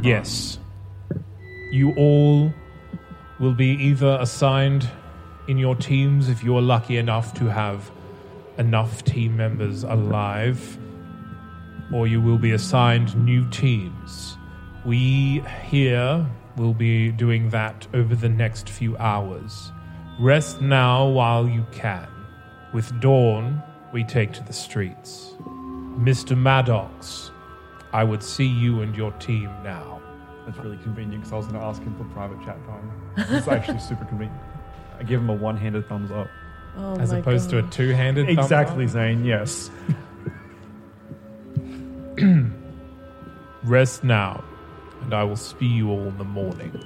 [SPEAKER 3] Yes. You all will be either assigned in your teams if you are lucky enough to have enough team members alive, or you will be assigned new teams. We here will be doing that over the next few hours. Rest now while you can. With dawn, we take to the streets. Mr. Maddox, I would see you and your team now.
[SPEAKER 2] That's really convenient because I was going to ask him for private chat time. It's actually super convenient. I give him a one-handed thumbs up.
[SPEAKER 10] Oh
[SPEAKER 3] As my opposed to a God. two-handed thumbs up?
[SPEAKER 2] Exactly, Zane. Yes.
[SPEAKER 3] Rest now, and I will see you all in the morning.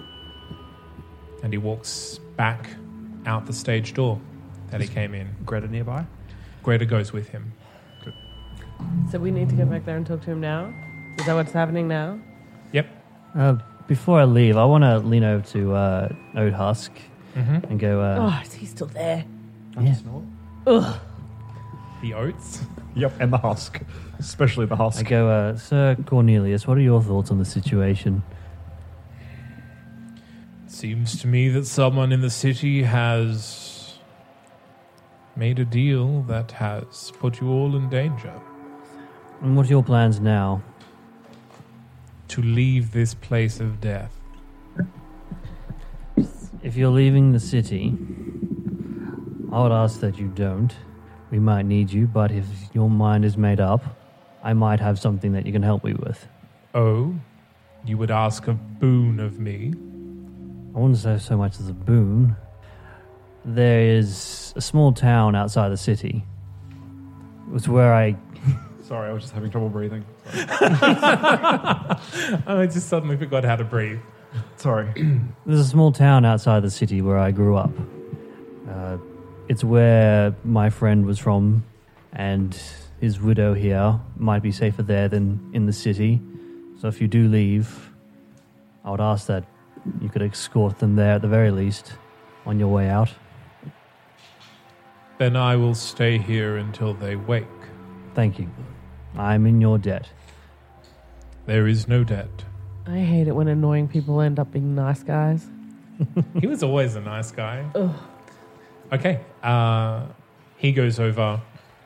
[SPEAKER 3] And he walks back out the stage door that he came in.
[SPEAKER 2] Greta nearby?
[SPEAKER 3] Greta goes with him.
[SPEAKER 10] So we need to go back there and talk to him now? Is that what's happening now?
[SPEAKER 6] Uh, before I leave, I want to lean over to uh, Ode Husk
[SPEAKER 3] Mhm.
[SPEAKER 6] and go, uh,
[SPEAKER 10] oh, is he still there?
[SPEAKER 6] Yeah.
[SPEAKER 10] Ugh.
[SPEAKER 3] The oats?
[SPEAKER 2] Yep, and the husk, especially the
[SPEAKER 6] I
[SPEAKER 3] Oh.
[SPEAKER 2] husk.
[SPEAKER 6] go, uh, Sir Cornelius, what are your thoughts on the situation?
[SPEAKER 3] Seems to me that someone in the city has made a deal that has put you all in danger.
[SPEAKER 6] And what are your plans now?
[SPEAKER 3] To leave this place of death.
[SPEAKER 6] If you're leaving the city,
[SPEAKER 2] I would ask that you don't. We might need you, but if your mind is made up, I might have something that you can help me with.
[SPEAKER 3] Oh, you would ask a boon of me.
[SPEAKER 2] I wouldn't say so much as a boon. There is a small town outside the city. It was where I.
[SPEAKER 15] Sorry, I was just having trouble breathing.
[SPEAKER 3] I just suddenly forgot how to breathe.
[SPEAKER 15] Sorry.
[SPEAKER 2] There's a small town outside the city where I grew up. Uh, it's where my friend was from, and his widow here might be safer there than in the city. So if you do leave, I would ask that you could escort them there at the very least on your way out.
[SPEAKER 3] Then I will stay here until they wake.
[SPEAKER 2] Thank you. I'm in your debt.
[SPEAKER 3] There is no debt.
[SPEAKER 10] I hate it when annoying people end up being nice guys.
[SPEAKER 3] he was always a nice guy.
[SPEAKER 10] Ugh.
[SPEAKER 3] Okay. Uh, he goes over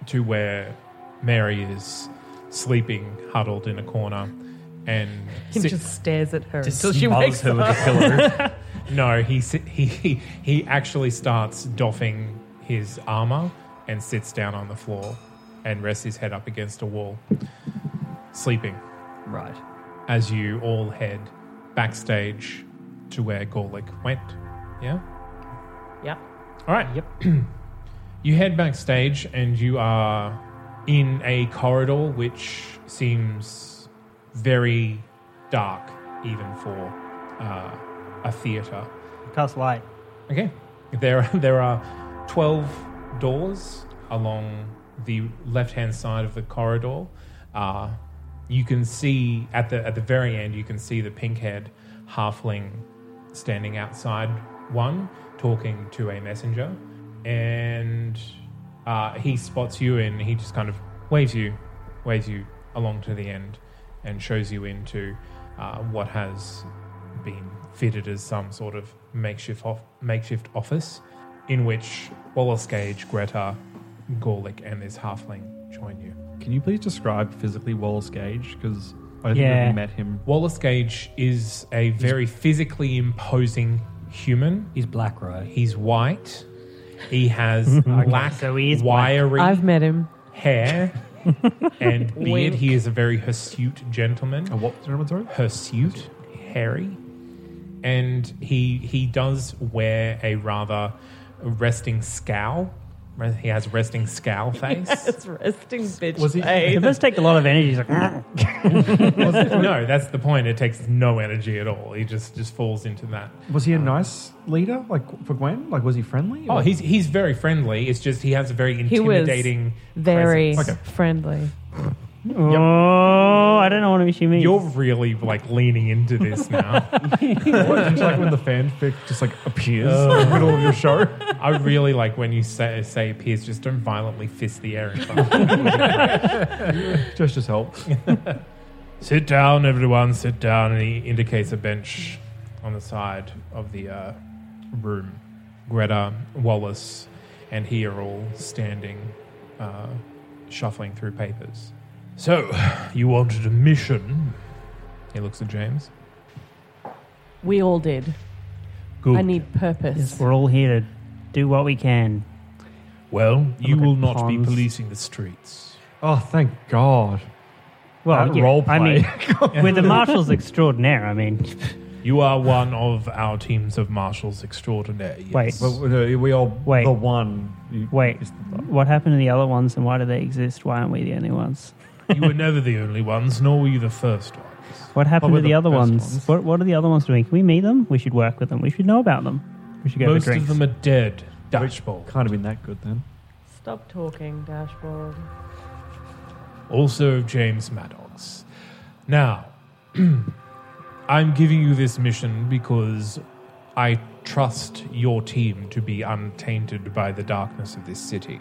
[SPEAKER 3] to where Mary is sleeping, huddled in a corner, and
[SPEAKER 10] He
[SPEAKER 3] sit-
[SPEAKER 10] just stares at her
[SPEAKER 3] Just
[SPEAKER 10] until she
[SPEAKER 3] smothers
[SPEAKER 10] wakes
[SPEAKER 3] her with a
[SPEAKER 10] up.
[SPEAKER 3] pillow. no, he, sit- he he he actually starts doffing his armor and sits down on the floor and rests his head up against a wall, sleeping.
[SPEAKER 2] Right.
[SPEAKER 3] As you all head backstage to where Gorlick went. Yeah.
[SPEAKER 10] Yep.
[SPEAKER 3] All right. Yep. you head backstage and you are in a corridor which seems very dark, even for uh, a theater.
[SPEAKER 9] Cast light.
[SPEAKER 3] Okay. There, there are 12 doors along the left hand side of the corridor. Uh, you can see at the, at the very end, you can see the pink haired halfling standing outside one, talking to a messenger. And uh, he spots you and he just kind of waves you, waves you along to the end and shows you into uh, what has been fitted as some sort of makeshift off- makeshift office, in which Wallace Gage, Greta, Gorlick, and this halfling join you.
[SPEAKER 15] Can you please describe physically Wallace Gage? Because I don't
[SPEAKER 3] Yeah.
[SPEAKER 15] think we've met him.
[SPEAKER 3] Wallace Gage is a very physically imposing human. He's black, right? He's white. He has black, Mm-hmm. wiry
[SPEAKER 10] I've met him.
[SPEAKER 3] hair and beard.
[SPEAKER 10] Wink.
[SPEAKER 3] He is a very hirsute gentleman. A what gentleman, sorry? Hirsute, hairy. And he he does wear a rather resting scowl. Re- He has resting scowl face.
[SPEAKER 10] Yes, resting bitch
[SPEAKER 3] Was he-
[SPEAKER 10] face.
[SPEAKER 3] It must take a lot of energy. He's like,
[SPEAKER 15] no.
[SPEAKER 3] no, that's the point. It takes no energy at all. He just just falls into that. Um,
[SPEAKER 15] Was he a nice leader, like for Gwen? Like, was he friendly?
[SPEAKER 3] Oh,
[SPEAKER 15] Like-
[SPEAKER 3] he's he's very friendly. It's just he has a very
[SPEAKER 10] He was
[SPEAKER 3] intimidating.
[SPEAKER 10] very
[SPEAKER 3] presence.
[SPEAKER 10] friendly.
[SPEAKER 9] Oh, I don't know what she means.
[SPEAKER 3] You're really like leaning into this now.
[SPEAKER 15] What, it's like when the fanfic just like appears in
[SPEAKER 3] Oh.
[SPEAKER 15] the middle of your show.
[SPEAKER 3] I really like when you say say appears. Just don't violently fist the air. in front of me.
[SPEAKER 15] Just as help.
[SPEAKER 3] sit down, everyone. Sit down. And he indicates a bench on the side of the uh, room. Greta, Wallace, and he are all standing, uh, shuffling through papers. So, you wanted a mission? He looks at James.
[SPEAKER 10] We all did.
[SPEAKER 3] Good.
[SPEAKER 10] I need purpose.
[SPEAKER 9] We're all here to do what we can.
[SPEAKER 3] Well, you will not be
[SPEAKER 9] ponds.
[SPEAKER 3] policing the streets.
[SPEAKER 15] Oh, thank God.
[SPEAKER 9] Well,
[SPEAKER 15] That
[SPEAKER 9] yeah,
[SPEAKER 15] role
[SPEAKER 9] I mean,
[SPEAKER 15] play.
[SPEAKER 9] with the marshals extraordinaire, I mean,
[SPEAKER 3] You are one of our teams of marshals extraordinaire.
[SPEAKER 9] Wait.
[SPEAKER 3] Yes.
[SPEAKER 9] But
[SPEAKER 15] we all
[SPEAKER 9] wait. The
[SPEAKER 15] one.
[SPEAKER 9] Wait, what happened to the other ones, and why do they exist? Why aren't we the only ones?
[SPEAKER 3] you were never the only ones, nor were you the first ones.
[SPEAKER 9] What happened
[SPEAKER 3] Probably
[SPEAKER 9] to the,
[SPEAKER 3] the
[SPEAKER 9] other
[SPEAKER 3] best
[SPEAKER 9] ones?
[SPEAKER 3] ones.
[SPEAKER 9] What What are the other ones doing? Can we meet them? We should work with them. We should know about them. We should go
[SPEAKER 3] Most
[SPEAKER 9] for
[SPEAKER 3] of
[SPEAKER 9] drinks.
[SPEAKER 3] them are dead. Dashboard.
[SPEAKER 15] Can't have been that good then.
[SPEAKER 10] Stop talking, dashboard.
[SPEAKER 3] Also, James Maddox. Now, I'm giving you this mission because I trust your team to be untainted by the darkness of this city.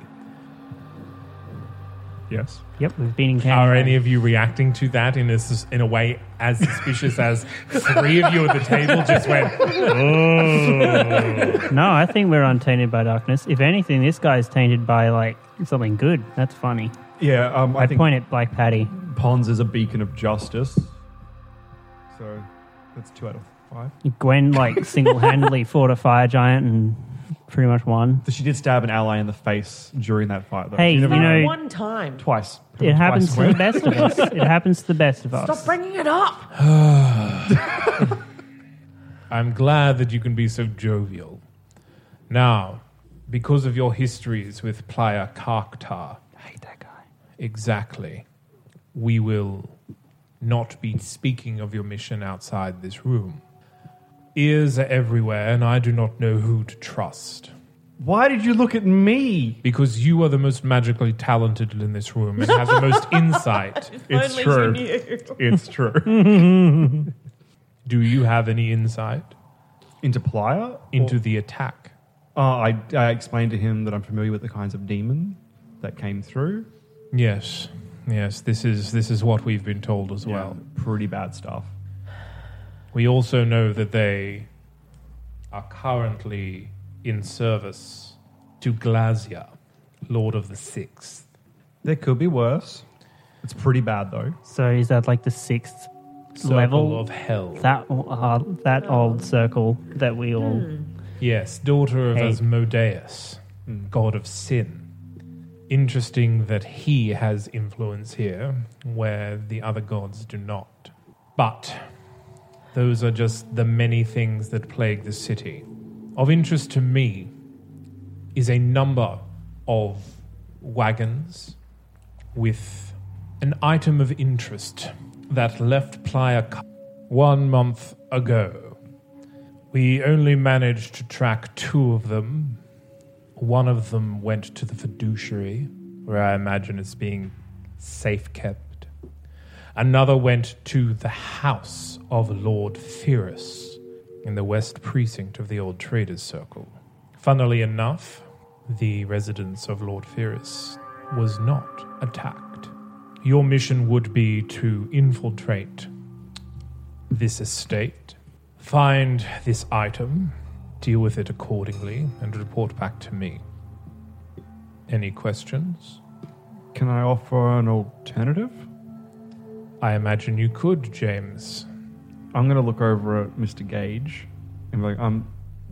[SPEAKER 15] Yes.
[SPEAKER 9] Yep, we've been in camp.
[SPEAKER 3] Are any of you reacting to that in a, sus- in a way as suspicious as three of you at the table just went, oh.
[SPEAKER 9] no, I think we're untainted by darkness. If anything, this guy's tainted by like something good. That's funny.
[SPEAKER 15] Yeah, um, I
[SPEAKER 9] I'd
[SPEAKER 15] think-
[SPEAKER 9] point at Black Patty.
[SPEAKER 15] Pons is a beacon of justice. So that's two out of five.
[SPEAKER 3] Ah.
[SPEAKER 9] Gwen like single handedly fought a fire giant and
[SPEAKER 6] pretty much won.
[SPEAKER 2] She did stab an ally in the face during that fight. Though.
[SPEAKER 6] Hey,
[SPEAKER 2] She never-
[SPEAKER 6] you know-
[SPEAKER 10] One time.
[SPEAKER 2] twice.
[SPEAKER 6] It happens to
[SPEAKER 2] Twice.
[SPEAKER 6] the best of us. It happens to the best of us.
[SPEAKER 10] Stop bringing it up.
[SPEAKER 3] I'm glad that you can be so jovial. Now, because of your histories with Playa Karktar. I hate that guy. Exactly. We will not be speaking of your mission outside this room. Ears are everywhere, and I do not know who to trust.
[SPEAKER 2] Why did you look at me?
[SPEAKER 3] Because you are the most magically talented in this room and have the most insight.
[SPEAKER 2] It's true. It's true.
[SPEAKER 3] Do you have any insight
[SPEAKER 2] into Playa?
[SPEAKER 3] into the attack?
[SPEAKER 2] Uh, I, I explained to him that I'm familiar with the kinds of demon that came through.
[SPEAKER 3] Yes, yes. This is this is what we've been told as well.
[SPEAKER 2] Pretty bad stuff.
[SPEAKER 3] We also know that they are currently in service to Glazia, Lord of the Sixth.
[SPEAKER 2] There could be worse. It's pretty bad though.
[SPEAKER 6] So is that like the sixth
[SPEAKER 3] Circle
[SPEAKER 6] level
[SPEAKER 3] of hell.
[SPEAKER 6] That uh, that old circle that we all.
[SPEAKER 3] Yes, daughter of
[SPEAKER 6] Hey.
[SPEAKER 3] Asmodeus, god of sin. Interesting that he has influence here where the other gods do not. But those are just the many things that plague the city. Of interest to me is a number of wagons with an item of interest that left Playa Ca- one month ago. We only managed to track two of them. One of them went to the fiduciary, where I imagine it's being safe kept. Another went to the house of Lord Fierus in the west precinct of the old traders' circle. Funnily enough, the residence of Lord Fierus was not attacked. Your mission would be to infiltrate this estate, find this item, deal with it accordingly, and report back to me. Any questions?
[SPEAKER 2] Can I offer an alternative?
[SPEAKER 3] I imagine you could, James.
[SPEAKER 2] I'm going to look over at Mr. Gage and be like, I'm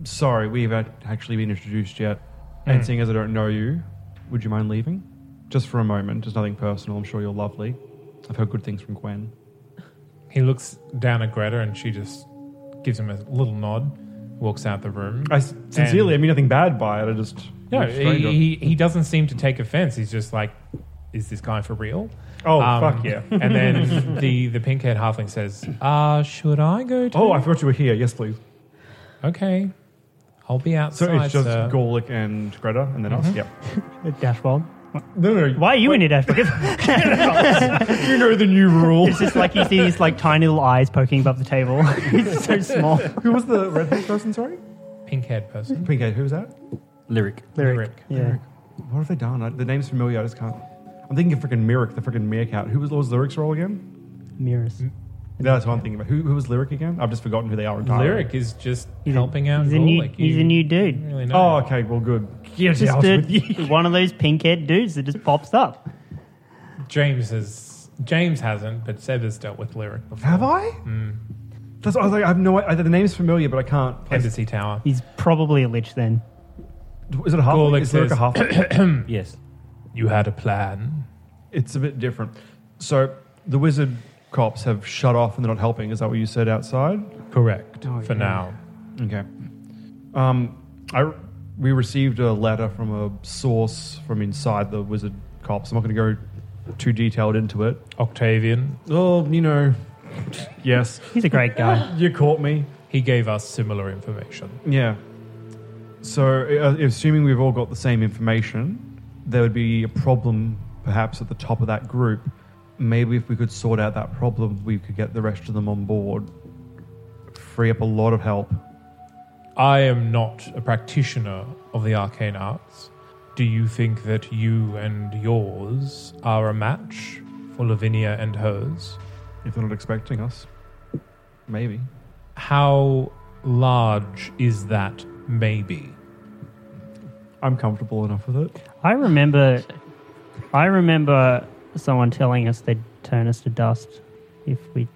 [SPEAKER 2] sorry, we haven't actually been introduced yet. And
[SPEAKER 3] Mm.
[SPEAKER 2] seeing as I don't know you, would you mind leaving? Just for a moment. It's nothing personal. I'm sure you're lovely. I've heard good things from Gwen.
[SPEAKER 3] He looks down at Greta and she just gives him a little nod, walks out the room.
[SPEAKER 2] I s- sincerely, I mean nothing bad by it. I just.
[SPEAKER 3] No,
[SPEAKER 2] I'm a stranger.
[SPEAKER 3] he, he, he doesn't seem to take offense. He's just like, is this guy for real? Um,
[SPEAKER 2] Oh, fuck yeah.
[SPEAKER 3] And then the, the pink haired halfling says, Uh, should I go to.
[SPEAKER 2] Oh, I forgot you were here. Yes, please.
[SPEAKER 3] Okay, I'll be outside.
[SPEAKER 2] So it's just
[SPEAKER 3] sir."
[SPEAKER 2] Gorlick and Greta, and then us.
[SPEAKER 3] Mhm.
[SPEAKER 2] Yep.
[SPEAKER 6] Dashbold.
[SPEAKER 2] No, no, no.
[SPEAKER 6] Why are you in here, Dashbold?
[SPEAKER 2] you know the new rule.
[SPEAKER 6] It's just like you see these like tiny little eyes poking above the table. it's so small.
[SPEAKER 2] Who was the red person? Sorry,
[SPEAKER 3] Pink haired person.
[SPEAKER 2] Pink Gate. Who was that?
[SPEAKER 11] Lyric.
[SPEAKER 6] Lyric. Yeah.
[SPEAKER 2] What have they done? I, the name's familiar. I just can't. I'm thinking of freaking Merrick, the freaking meerkat. Who was Lord's lyrics role again?
[SPEAKER 6] Mirrors.
[SPEAKER 2] That's what I'm thinking about. Who, who was lyric again? I've just forgotten who they are. Entirely.
[SPEAKER 3] Lyric is just helping out
[SPEAKER 6] He's a new,
[SPEAKER 3] Gorlick.
[SPEAKER 6] he's
[SPEAKER 3] You
[SPEAKER 6] a new dude.
[SPEAKER 3] don't really know.
[SPEAKER 2] Oh, okay. Well, good. Get
[SPEAKER 6] Just
[SPEAKER 2] out
[SPEAKER 6] a-
[SPEAKER 2] with you.
[SPEAKER 6] one of those pink haired dudes that just pops up.
[SPEAKER 3] James has James hasn't, but Seb has dealt with Lyric before. Mm.
[SPEAKER 2] Have I? That's what I was like. I have no. I, the name's familiar, but I can't. place-
[SPEAKER 3] Embassy Tower.
[SPEAKER 6] He's probably a lich then.
[SPEAKER 2] Is it a half?
[SPEAKER 3] Gorlick
[SPEAKER 2] Is lyric a
[SPEAKER 3] says-
[SPEAKER 2] half?
[SPEAKER 11] Yes.
[SPEAKER 3] You had a plan.
[SPEAKER 2] It's a bit different. So the wizard cops have shut off and they're not helping. Is that what you said outside?
[SPEAKER 3] Correct.
[SPEAKER 6] Oh,
[SPEAKER 3] for
[SPEAKER 6] yeah.
[SPEAKER 3] now.
[SPEAKER 2] Okay. Um, I we received a letter from a source from inside the wizard cops. I'm not going to go too detailed into it.
[SPEAKER 3] Octavian.
[SPEAKER 2] Oh, you know, yes,
[SPEAKER 6] He's a great guy.
[SPEAKER 2] you caught me.
[SPEAKER 3] He gave us similar information.
[SPEAKER 2] Yeah. So, uh, assuming we've all got the same information, there would be a problem perhaps at the top of that group. Maybe if we could sort out that problem, we could get the rest of them on board, free up a lot of help.
[SPEAKER 3] I am not a practitioner of the arcane arts. Do you think that you and yours are a match for Lavinia and hers?
[SPEAKER 2] If they're not expecting us, maybe.
[SPEAKER 3] How large is that maybe?
[SPEAKER 2] I'm comfortable enough with it.
[SPEAKER 6] I remember I remember someone telling us they'd turn us to dust if we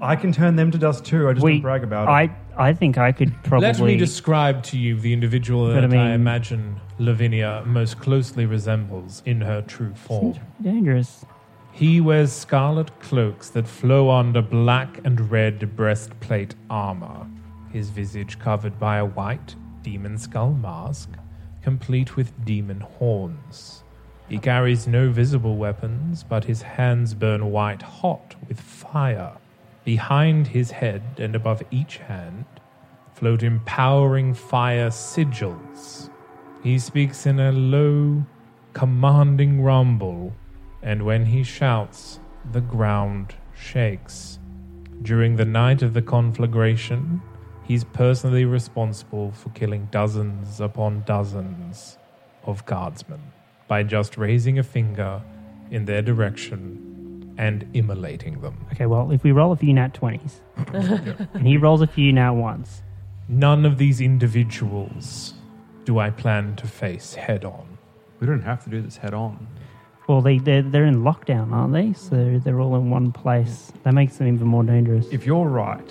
[SPEAKER 2] I can turn them to dust too. I just
[SPEAKER 6] we
[SPEAKER 2] don't brag about it.
[SPEAKER 6] I
[SPEAKER 2] I think I could probably.
[SPEAKER 3] Let me describe to you the individual
[SPEAKER 2] But
[SPEAKER 3] that
[SPEAKER 2] I
[SPEAKER 3] I,
[SPEAKER 2] mean-
[SPEAKER 3] imagine Lavinia most closely resembles in her true form.
[SPEAKER 2] dangerous.
[SPEAKER 3] He wears scarlet cloaks that flow under black and red breastplate armor, his visage covered by a white demon skull mask, complete with demon horns. He carries no visible weapons, but his hands burn white hot with fire. Behind his head and above each hand float empowering fire sigils. He speaks in a low, commanding rumble, and when he shouts, the ground shakes. During the night of the conflagration, he's personally responsible for killing dozens upon dozens of guardsmen by just raising a finger in their direction and immolating them.
[SPEAKER 2] Okay, well, if we roll a few nat 20s, and he rolls a few nat 1s,
[SPEAKER 3] None of these individuals do I plan to face head on.
[SPEAKER 9] We don't have to do this head on.
[SPEAKER 2] well, they, they're, they're in lockdown, aren't they? So they're all in one place. That makes them even more dangerous.
[SPEAKER 9] If you're right,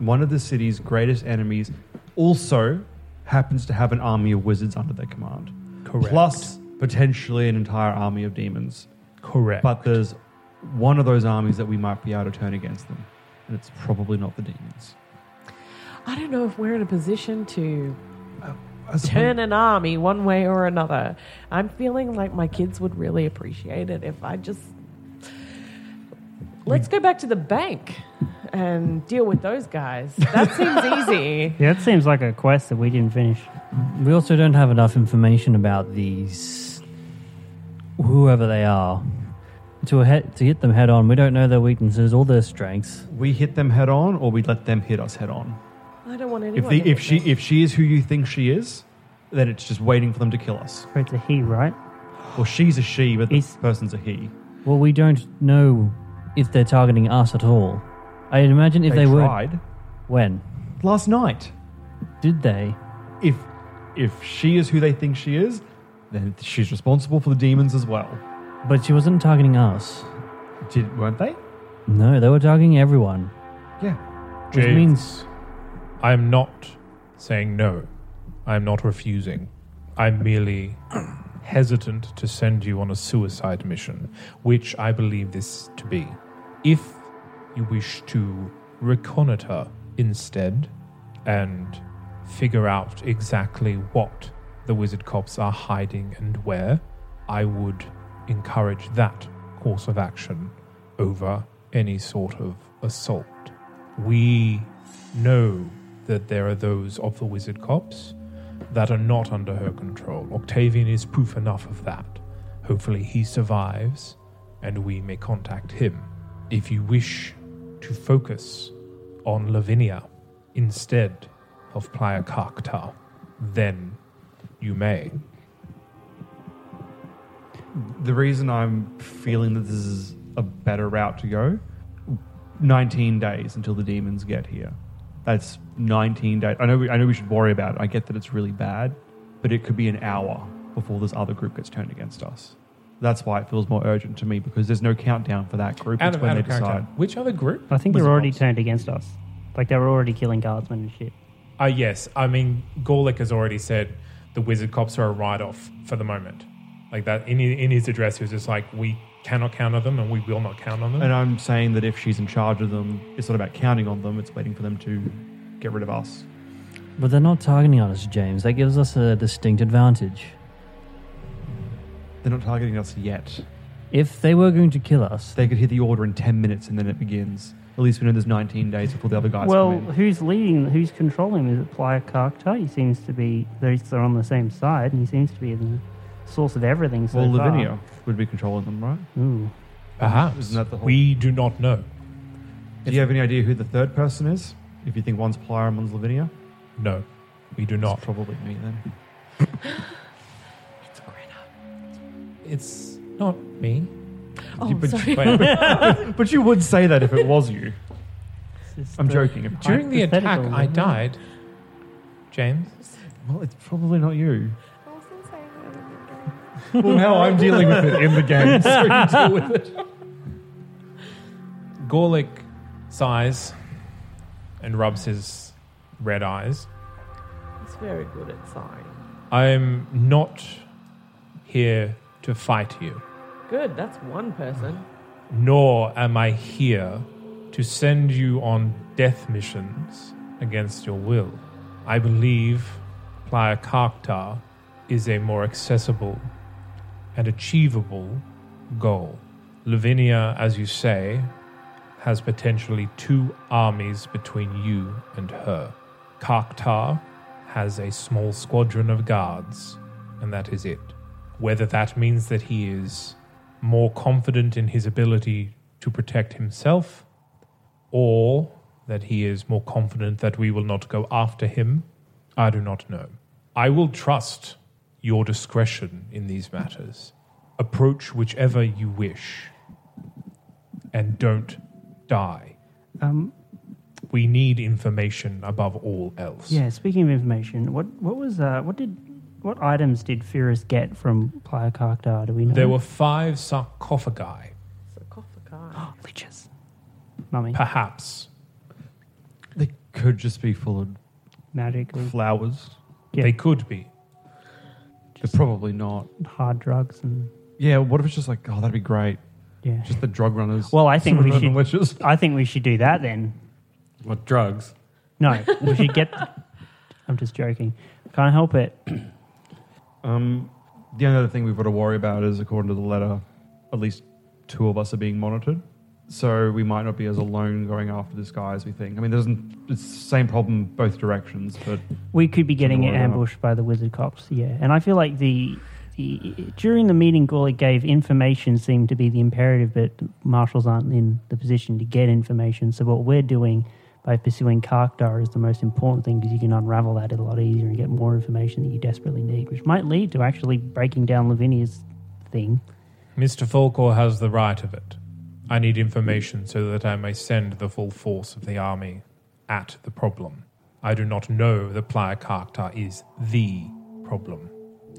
[SPEAKER 9] one of the city's greatest enemies also happens to have an army of wizards under their command.
[SPEAKER 3] Correct.
[SPEAKER 9] Plus, potentially an entire army of demons.
[SPEAKER 3] Correct.
[SPEAKER 9] But there's one of those armies that we might be able to turn against them, and it's probably not the demons.
[SPEAKER 11] I don't know if we're in a position to
[SPEAKER 9] suppose-
[SPEAKER 11] turn an army one way or another. I'm feeling like my kids would really appreciate it if I just. Let's go back to the bank and deal with those guys. That seems easy.
[SPEAKER 2] Yeah, that seems like a quest that we didn't finish.
[SPEAKER 16] We also don't have enough information about these, whoever they are, to he- to hit them head on. We don't know their weaknesses or their strengths.
[SPEAKER 9] We hit them head on, or we let them hit us head on.
[SPEAKER 11] I don't want
[SPEAKER 9] If
[SPEAKER 11] anyone.
[SPEAKER 9] the,
[SPEAKER 11] to
[SPEAKER 9] if
[SPEAKER 11] hit
[SPEAKER 9] she
[SPEAKER 11] me.
[SPEAKER 9] if she is who you think she is, then it's just waiting for them to kill us.
[SPEAKER 2] It's a he, right?
[SPEAKER 9] Well, she's a she, but this person's a he.
[SPEAKER 16] Well, we don't know if they're targeting us at all. I imagine if
[SPEAKER 9] They
[SPEAKER 16] they, were
[SPEAKER 9] tried.
[SPEAKER 16] when
[SPEAKER 9] last night.
[SPEAKER 16] Did they?
[SPEAKER 9] If if she is who they think she is, then she's responsible for the demons as well.
[SPEAKER 16] But she wasn't targeting us.
[SPEAKER 9] Did weren't they?
[SPEAKER 16] No, they were targeting everyone.
[SPEAKER 9] Yeah.
[SPEAKER 16] Which
[SPEAKER 3] James,
[SPEAKER 16] means-
[SPEAKER 3] I'm not saying no. I'm not refusing. I'm merely hesitant to send you on a suicide mission, which I believe this to be. If you wish to reconnoiter instead and figure out exactly what the wizard cops are hiding and where, I would encourage that course of action over any sort of assault. We know that there are those of the wizard cops that are not under her control. Octavian is proof enough of that. Hopefully, he survives and we may contact him. If you wish to focus on Lavinia instead of Playa Cacta, then you may.
[SPEAKER 9] The reason I'm feeling that this is a better route to go, 19 days until the demons get here. That's 19 days. I know we, I know we should worry about it. I get that it's really bad, but it could be an hour before this other group gets turned against us. That's why it feels more urgent to me because there's no countdown for that group.
[SPEAKER 3] Out
[SPEAKER 9] It's
[SPEAKER 3] of-
[SPEAKER 9] when
[SPEAKER 3] out
[SPEAKER 9] they
[SPEAKER 3] of
[SPEAKER 9] decide.
[SPEAKER 3] character. Which other group?
[SPEAKER 2] I think they
[SPEAKER 9] Was
[SPEAKER 2] were
[SPEAKER 9] it
[SPEAKER 2] already turned against us. Like they were already killing guardsmen and shit.
[SPEAKER 3] Ah, yes. I mean, Gorlick has already said the wizard cops are a write-off for the moment. Like that in in his address, he was just like, "We cannot count on them, and we will not count on them."
[SPEAKER 9] And I'm saying that if she's in charge of them, it's not about counting on them, it's waiting for them to get rid of us.
[SPEAKER 16] But they're not targeting us, James. That gives us a distinct advantage.
[SPEAKER 9] They're not targeting us yet.
[SPEAKER 16] If they were going to kill us,
[SPEAKER 9] they could hit the order in 10 minutes and then it begins. At least we know there's 19 days before the other guys
[SPEAKER 2] well,
[SPEAKER 9] come in.
[SPEAKER 2] who's leading? Who's controlling? Is it Playa Carcta? He seems to be. They're they're on the same side, and he seems to be the source of everything. So
[SPEAKER 9] Well,
[SPEAKER 2] far.
[SPEAKER 9] Lavinia would be controlling them, right?
[SPEAKER 2] Ooh.
[SPEAKER 3] Perhaps.
[SPEAKER 9] Isn't that the whole...
[SPEAKER 3] We do not know.
[SPEAKER 9] Do you have any idea who the third person is? If you think one's Plyra and one's Lavinia?
[SPEAKER 3] No, we do not.
[SPEAKER 9] It's probably me then.
[SPEAKER 3] It's not me.
[SPEAKER 9] You- but, you- but- but you would say that if it was you. I'm joking.
[SPEAKER 3] During the attack, I died. James?
[SPEAKER 9] Well, it's probably not you. Well, now I'm dealing with it in the game, so you deal with it.
[SPEAKER 3] Gorlick sighs and rubs his red eyes.
[SPEAKER 10] He's very good at sign.
[SPEAKER 3] I'm not here to fight you,
[SPEAKER 10] Good, that's one person.
[SPEAKER 3] nor am I here to send you on death missions against your will. I believe Playa Cacta is a more accessible and achievable goal. Lavinia, as you say, has potentially two armies between you and her. Kaktar has a small squadron of guards, and that is it. Whether that means that he is more confident in his ability to protect himself, or that he is more confident that we will not go after him, I do not know. I will trust your discretion in these matters. Approach whichever you wish and don't die.
[SPEAKER 4] Um,
[SPEAKER 3] We need information above all else.
[SPEAKER 4] yeah. Speaking of information, what what was uh, what did what items did Furus get from Playa Carctar? Do we know?
[SPEAKER 3] There were five sarcophagi,
[SPEAKER 4] leeches. Mummy.
[SPEAKER 3] perhaps.
[SPEAKER 2] They could just be full of
[SPEAKER 4] Magic. leech-
[SPEAKER 2] flowers.
[SPEAKER 4] Yeah.
[SPEAKER 3] They could be.
[SPEAKER 2] They're probably not.
[SPEAKER 4] Hard drugs and
[SPEAKER 2] Yeah, what if it's just like, oh, that'd be great.
[SPEAKER 4] Yeah.
[SPEAKER 2] Just the drug runners.
[SPEAKER 4] Well, I think we
[SPEAKER 2] Rather than
[SPEAKER 4] should.
[SPEAKER 2] witches.
[SPEAKER 4] I think we should do that then.
[SPEAKER 11] What, drugs?
[SPEAKER 4] No, we should get. I'm just joking. Can't help it.
[SPEAKER 2] Um, the only other thing we've got to worry about is, according to the letter, at least two of us are being monitored. So we might not be as alone going after this guy as we think. I mean, there's an, it's the same problem both directions, but
[SPEAKER 4] We could be getting
[SPEAKER 2] Something like that.
[SPEAKER 4] ambushed by the wizard cops. Yeah, and I feel like the. the During the meeting, Gorlick gave information seemed to be the imperative, but marshals aren't in the position to get information. So what we're doing by pursuing Karkdar is the most important thing because you can unravel that a lot easier and get more information that you desperately need, which might lead to actually breaking down Lavinia's thing.
[SPEAKER 3] Mr. Falcor has the right of it. I need information so that I may send the full force of the army at the problem. I do not know that Playa Cacta is the problem.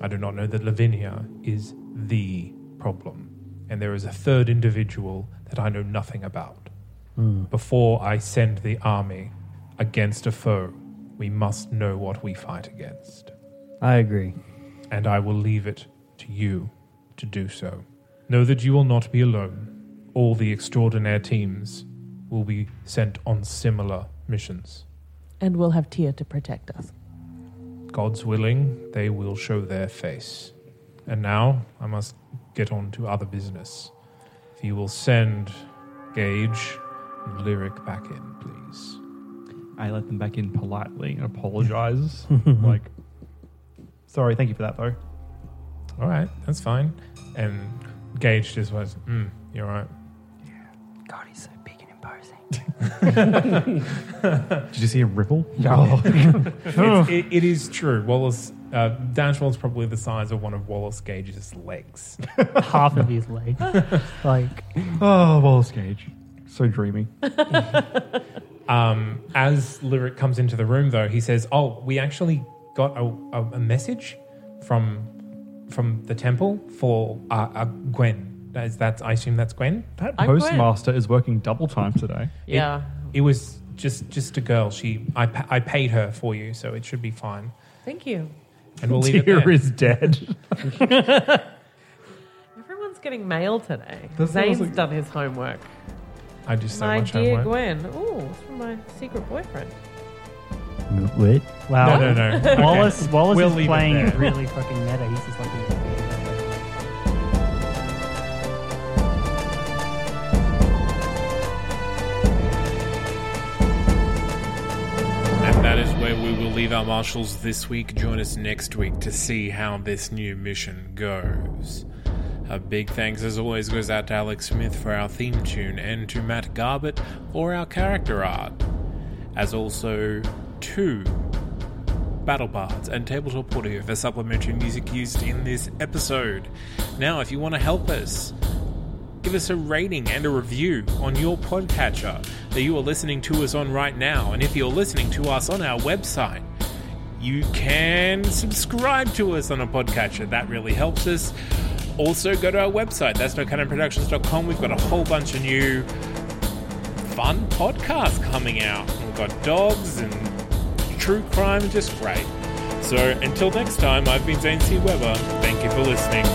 [SPEAKER 3] I do not know that Lavinia is the problem. And there is a third individual that I know nothing about. Before I send the army against a foe, we must know what we fight against
[SPEAKER 6] I agree.
[SPEAKER 3] and I will leave it to you to do so. Know that you will not be alone. All the extraordinaire teams will be sent on similar missions.
[SPEAKER 10] And we'll have Tia to protect us.
[SPEAKER 3] God's willing, they will show their face. And now I must get on to other business. If you will send Gage and Lyric back in, please.
[SPEAKER 2] I let them back in politely and apologize. like, sorry, thank you for that, though.
[SPEAKER 3] All right, that's fine. And Gage just was, mm, you're right.
[SPEAKER 4] God, he's so big and imposing.
[SPEAKER 2] Did you see a ripple?
[SPEAKER 3] It's, it, it is true. Wallace, uh, Dangerfield's probably the size of one of Wallace Gage's legs.
[SPEAKER 4] Half of his leg. like,
[SPEAKER 2] oh, Wallace Cage. So dreamy.
[SPEAKER 3] Um, as Lyric comes into the room, though, he says, "Oh, we actually got a, a, a message from from the temple for uh, uh, Gwen. That is, that's I assume that's Gwen.
[SPEAKER 2] That
[SPEAKER 10] I'm glad-
[SPEAKER 2] postmaster is working double time today.
[SPEAKER 3] It-
[SPEAKER 10] Yeah.
[SPEAKER 3] It, was just just a girl. She I pa- I paid her for you, so it should be fine.
[SPEAKER 10] Thank you.
[SPEAKER 3] And we'll leave it
[SPEAKER 2] Tyr
[SPEAKER 3] there.
[SPEAKER 2] is dead.
[SPEAKER 10] Everyone's getting mail today.
[SPEAKER 2] That's what I was
[SPEAKER 10] Zane's
[SPEAKER 2] like-
[SPEAKER 10] done his homework.
[SPEAKER 3] I do so
[SPEAKER 10] my
[SPEAKER 3] much
[SPEAKER 10] dear
[SPEAKER 3] homework.
[SPEAKER 10] Gwen. Ooh, it's from my secret boyfriend.
[SPEAKER 6] Wait.
[SPEAKER 4] wow.
[SPEAKER 3] No, no, no. Okay.
[SPEAKER 4] Wallace, Wallace
[SPEAKER 3] We'll leave
[SPEAKER 4] is
[SPEAKER 3] it
[SPEAKER 4] playing
[SPEAKER 3] there.
[SPEAKER 4] really fucking meta. He's just like,
[SPEAKER 3] And that is where we will leave our marshals this week. Join us next week to see how this new mission goes. A big thanks, as always, goes out to Alex Smith for our theme tune and to Matt Garbutt for our character art. As also to battle bards, and tabletop audio for supplementary music used in this episode. Now, if you want to help us, give us a rating and a review on your podcatcher that you are listening to us on right now. And if you're listening to us on our website, you can subscribe to us on a podcatcher. That really helps us. Also, go to our website, that's nocanonproductions.com. We've got a whole bunch of new fun podcasts coming out. We've got dogs and
[SPEAKER 2] true crime just great. So until next time, I've been Zane C. Weber. Thank you for listening.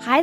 [SPEAKER 11] Hi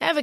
[SPEAKER 9] Ever